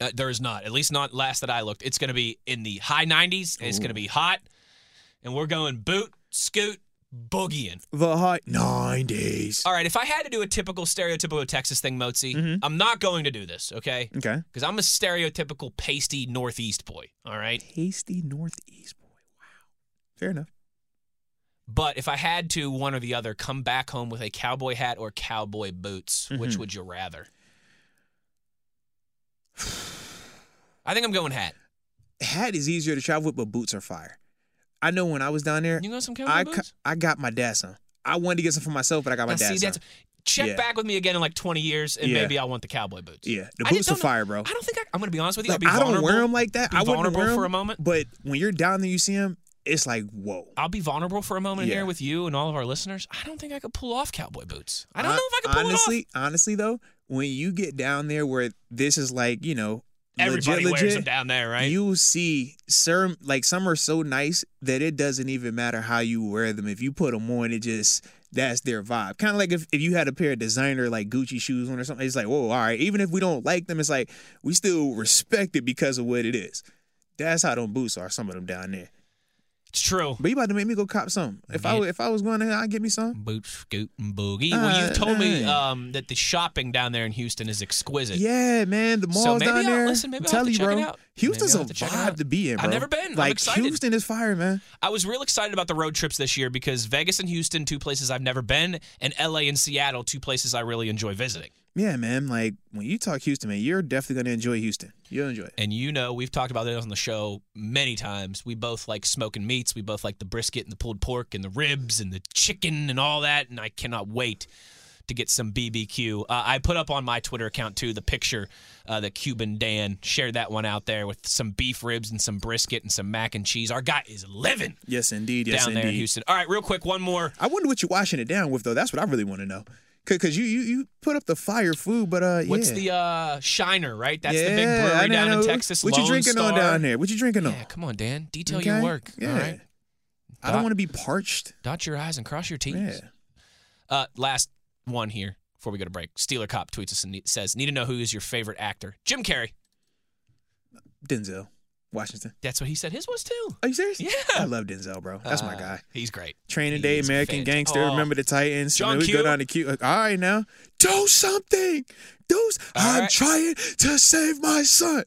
S2: uh, there is not, at least not last that I looked. It's going to be in the high 90s, and it's going to be hot, and we're going boot, scoot, boogieing.
S3: The high 90s.
S2: All right, if I had to do a typical stereotypical Texas thing, Mozi, I'm not going to do this, okay?
S3: Okay.
S2: Because I'm a stereotypical pasty Northeast boy, all right?
S3: Tasty Northeast boy. Wow. Fair enough.
S2: But if I had to, one or the other, come back home with a cowboy hat or cowboy boots, which
S3: Mhm.
S2: would you rather? I think I'm going hat.
S3: Hat is easier to travel with, but boots are fire. I know when I was down there,
S2: You got some cowboy
S3: I, ca-
S2: boots?
S3: I got my dad some. I wanted to get some for myself, but I got my
S2: Now,
S3: dad
S2: see,
S3: some.
S2: that's, check
S3: Yeah.
S2: back with me again in like 20 years, and
S3: Yeah.
S2: maybe I want the cowboy boots.
S3: Yeah, the
S2: I just
S3: boots are
S2: don't know-
S3: fire, bro.
S2: I don't think I, I'm going to be honest with you.
S3: Like,
S2: I'll be
S3: I don't wear
S2: vulnerable.
S3: them like that.
S2: Be
S3: I wouldn't
S2: vulnerable
S3: wear 'em,
S2: for a moment.
S3: But when you're down there, you see them. It's like whoa.
S2: I'll be vulnerable for a moment
S3: Yeah.
S2: here with you and all of our listeners. I don't think I could pull off cowboy boots. I don't know if I could pull
S3: honestly,
S2: it off.
S3: honestly though, when you get down there where this is like you know
S2: Everybody
S3: legit,
S2: wears
S3: legit,
S2: them down there, right?
S3: You see, some like some are so nice that it doesn't even matter how you wear them. If you put them on, it just that's their vibe. Kind of like if, if you had a pair of designer like Gucci shoes on or something, it's like, whoa, all right. Even if we don't like them, it's like we still respect it because of what it is. That's how them boots are. Some of them down there.
S2: it's true.
S3: But you about to make me go cop some. If I
S2: Yeah.
S3: wa- if I was going there, I'd get me some.
S2: Boot, scoot, and boogie. well, you
S3: Uh,
S2: told me
S3: dang.
S2: um, that the shopping down there in Houston is exquisite.
S3: Yeah, man, the
S2: So
S3: malls
S2: maybe
S3: down
S2: I'll-
S3: there.
S2: listen, maybe
S3: I'm
S2: I'll have to
S3: telling you,
S2: check it
S3: bro.
S2: out. Maybe
S3: Houston's
S2: I'll
S3: a
S2: have to check it
S3: vibe
S2: out.
S3: to be in,
S2: I've
S3: bro.
S2: never been. I'm
S3: Like
S2: excited.
S3: Houston is fire, man.
S2: I was real excited about the road trips this year because Vegas and Houston, two places I've never been, and LA and Seattle, two places I really enjoy visiting.
S3: Yeah, man. Like when you talk Houston, man, you're definitely gonna enjoy Houston. You'll enjoy it.
S2: And you know, we've talked about this on the show many times. We both like smoking meats. We both like the brisket and the pulled pork and the ribs and the chicken and all that. And I cannot wait to get some BBQ. Uh, I put up on my Twitter account too the picture uh, that Cuban Dan shared that one out there with some beef ribs and some brisket and some mac and cheese. Our guy is living
S3: Yes, indeed. Yes,
S2: down
S3: indeed.
S2: there in Houston. All right, real quick, one more.
S3: I wonder what you're washing it down with, though. That's what I really want to know. Cause, 'cause you, you you put up the fire food, but uh,
S2: What's
S3: yeah.
S2: the uh, Shiner, right? That's the
S3: yeah,
S2: big
S3: I
S2: brewery
S3: didn't
S2: down in
S3: know-
S2: Texas.
S3: What you
S2: Lone
S3: drinking on
S2: Star.
S3: down there? What you drinking on?
S2: Yeah, come on, Dan. Detail
S3: Okay?
S2: your work.
S3: Yeah.
S2: All right.
S3: I
S2: Dot-
S3: don't want to be parched.
S2: Dot your I's and cross your T's.
S3: Yeah.
S2: Uh, last one here before we go to break. Steeler Cop tweets us and ne- says, Need to know who is your favorite actor? Jim Carrey.
S3: Denzel Washington.
S2: That's what he said his was too.
S3: Are you serious?
S2: Yeah.
S3: I love Denzel, bro. That's my
S2: Uh,
S3: guy.
S2: He's great.
S3: Training Day,
S2: he's
S3: American
S2: fantastic.
S3: Gangster,
S2: Oh.
S3: Remember the Titans.
S2: John
S3: I mean, we
S2: Q.
S3: go down to Q. Like, all right, now do something. Do. s-
S2: All
S3: I'm
S2: right.
S3: trying to save my son.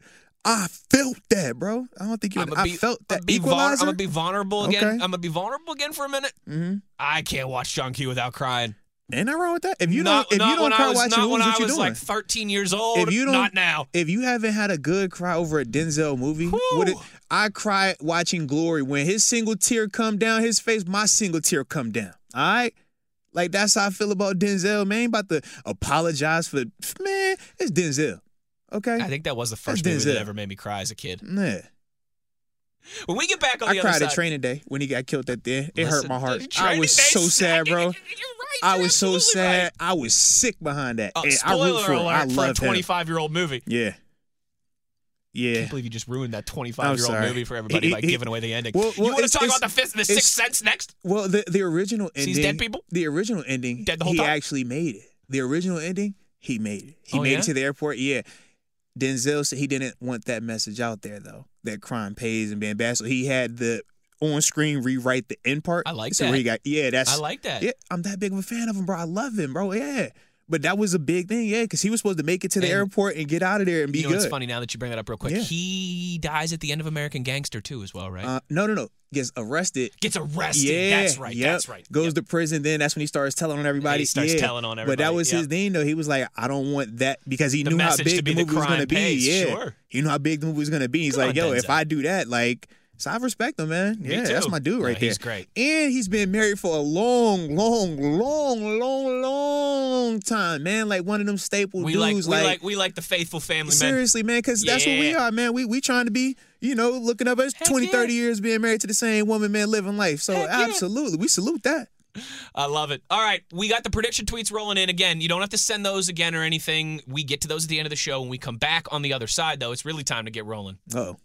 S3: I felt that, bro. I don't think you.
S2: I'ma
S3: I
S2: be-
S3: felt that.
S2: I'ma be, vul- I'm
S3: Equalizer.
S2: gonna be vulnerable again.
S3: Okay.
S2: I'm gonna be vulnerable again for a minute.
S3: Mhm.
S2: I can't watch John Q without crying.
S3: Ain't nothing wrong with that. If you
S2: not,
S3: don't, if
S2: not
S3: you don't
S2: when I
S3: cry
S2: was,
S3: watching
S2: not when
S3: movies,
S2: I
S3: what you
S2: was
S3: doing?
S2: like 13 years old.
S3: If you don't-
S2: not now.
S3: if you haven't had a good cry over a Denzel movie, what it,
S2: Whew.
S3: I cried watching Glory when his single tear come down his face, my single tear come down. All right, like that's how I feel about Denzel. Man, ain't about to apologize for man. It's Denzel, okay?
S2: I think that was the first
S3: That's
S2: movie that
S3: Denzel.
S2: ever made me cry as a kid.
S3: yeah.
S2: When we get back on
S3: I
S2: the other
S3: cried
S2: side,
S3: at training day when he got killed at the end. It hurt
S2: Listen,
S3: my heart. I
S2: Training
S3: was
S2: Day's
S3: so sad,
S2: sad. You're-
S3: bro.
S2: you're right.
S3: I
S2: You're
S3: was so
S2: absolutely
S3: sad.
S2: right.
S3: I was sick behind that.
S2: Oh,
S3: And I root
S2: spoiler
S3: for him. I
S2: alert for a
S3: love him.
S2: 25 year old movie.
S3: Yeah.
S2: I
S3: Yeah.
S2: can't believe you just ruined that 25
S3: I'm
S2: year old
S3: sorry.
S2: movie for everybody
S3: He-
S2: by
S3: he-
S2: giving away the ending.
S3: Well-
S2: you
S3: well,
S2: want to
S3: it's-
S2: talk about
S3: it's-
S2: the fifth, the
S3: it's-
S2: sixth sense next?
S3: Well, the the original ending.
S2: Sees dead people?
S3: The original ending.
S2: Dead the whole
S3: he
S2: time?
S3: actually made it. The original ending. He made it. He
S2: Oh,
S3: made
S2: yeah?
S3: it to the airport. Yeah. Denzel said he didn't want that message out there though. That crime pays and being bad. So he had the on screen rewrite the end part.
S2: I like
S3: so
S2: that.
S3: Where he got, yeah, that's
S2: I like that.
S3: Yeah, I'm that big of a fan of him, bro. I love him, bro. Yeah. But that was a big thing, yeah, because he was supposed to make it to the
S2: And-
S3: airport and get out of there and be
S2: you know,
S3: good.
S2: it's funny now that you bring that up real quick.
S3: Yeah.
S2: He dies at the end of American Gangster too, as well, right?
S3: Uh, no, no, no. Gets arrested.
S2: Gets arrested.
S3: Yeah,
S2: that's right.
S3: yep.
S2: That's right.
S3: Goes
S2: Yep.
S3: to prison. Then that's when he starts telling on everybody.
S2: he starts
S3: yeah.
S2: telling on
S3: But that
S2: everybody,
S3: was
S2: yeah.
S3: his thing, though. He was like, I don't want that because he
S2: The
S3: knew how
S2: message
S3: big
S2: to be
S3: the
S2: the
S3: movie was
S2: crime
S3: going to be.
S2: pays,
S3: yeah,
S2: sure.
S3: he knew how big the movie was going to be. He's
S2: Good
S3: like,
S2: on
S3: Yo,
S2: Denzel.
S3: if I do that, like, so I respect him, man.
S2: Me
S3: yeah, that's
S2: too.
S3: my dude
S2: No,
S3: right there.
S2: he's great.
S3: And he's been married for a long, long, long, long, long time, man. Like one of them staple
S2: we like,
S3: dudes.
S2: we like we like the faithful family men.
S3: Seriously, man, because that's what we
S2: Yeah.
S3: are, man. We we trying to be, you know, looking up at
S2: Heck
S3: 20,
S2: yeah.
S3: 30 years being married to the same woman, man, living life. So
S2: Heck yeah.
S3: absolutely, we salute that.
S2: I love it. All right, we got the prediction tweets rolling in again. You don't have to send those again or anything. We get to those at the end of the show. When we come back on the other side, though, it's really time to get rolling.
S3: Oh,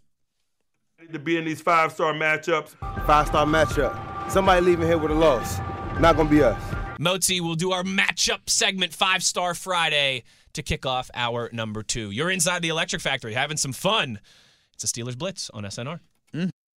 S4: need to be in these five star matchups.
S5: Five star matchup. Somebody leaving here with a loss. Not gonna be us.
S2: Motzi will do our matchup segment, Five Star Friday, to kick off our number two. You're inside the Electric Factory having some fun. It's a Steelers Blitz on SNR.